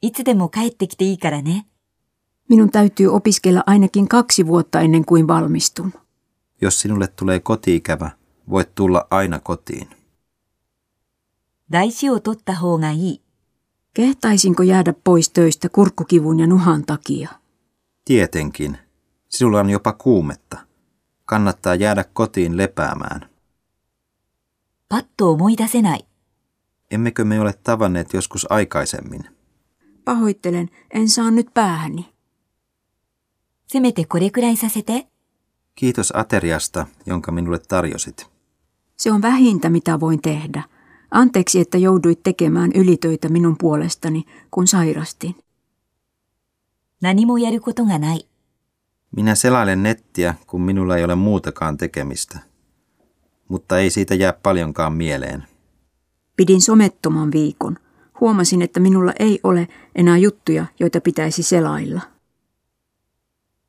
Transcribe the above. いつでも帰ってきていいからね。 Minun täytyy opiskella ainakin kaksi vuotta ennen kuin valmistun. Jos sinulle tulee kotiikävä, voit tulla aina kotiin. 大事を取った方がいい。 Kehtaisinko jäädä pois töistä kurkkukivun ja nuhan takia? Tietenkin. Sinulla on jopa kuumetta. Kannattaa jäädä kotiin lepäämään. パッと思い出せない。 Emmekö me ole tavanneet joskus aikaisemmin? Pahoittelen, en saa nyt päähäni. せめてこれくらいさせて。 Kiitos ateriasta, jonka minulle tarjosit. Se on vähintä, mitä voin tehdä. Anteeksi, että jouduit tekemään ylitöitä minun puolestani, kun sairastin. 何もやることがない。 Minä selailen nettiä, kun minulla ei ole muutakaan tekemistä. Mutta ei siitä jää paljonkaan mieleen. Pidin somettoman viikon. Huomasin, että minulla ei ole enää juttuja, joita pitäisi selailla.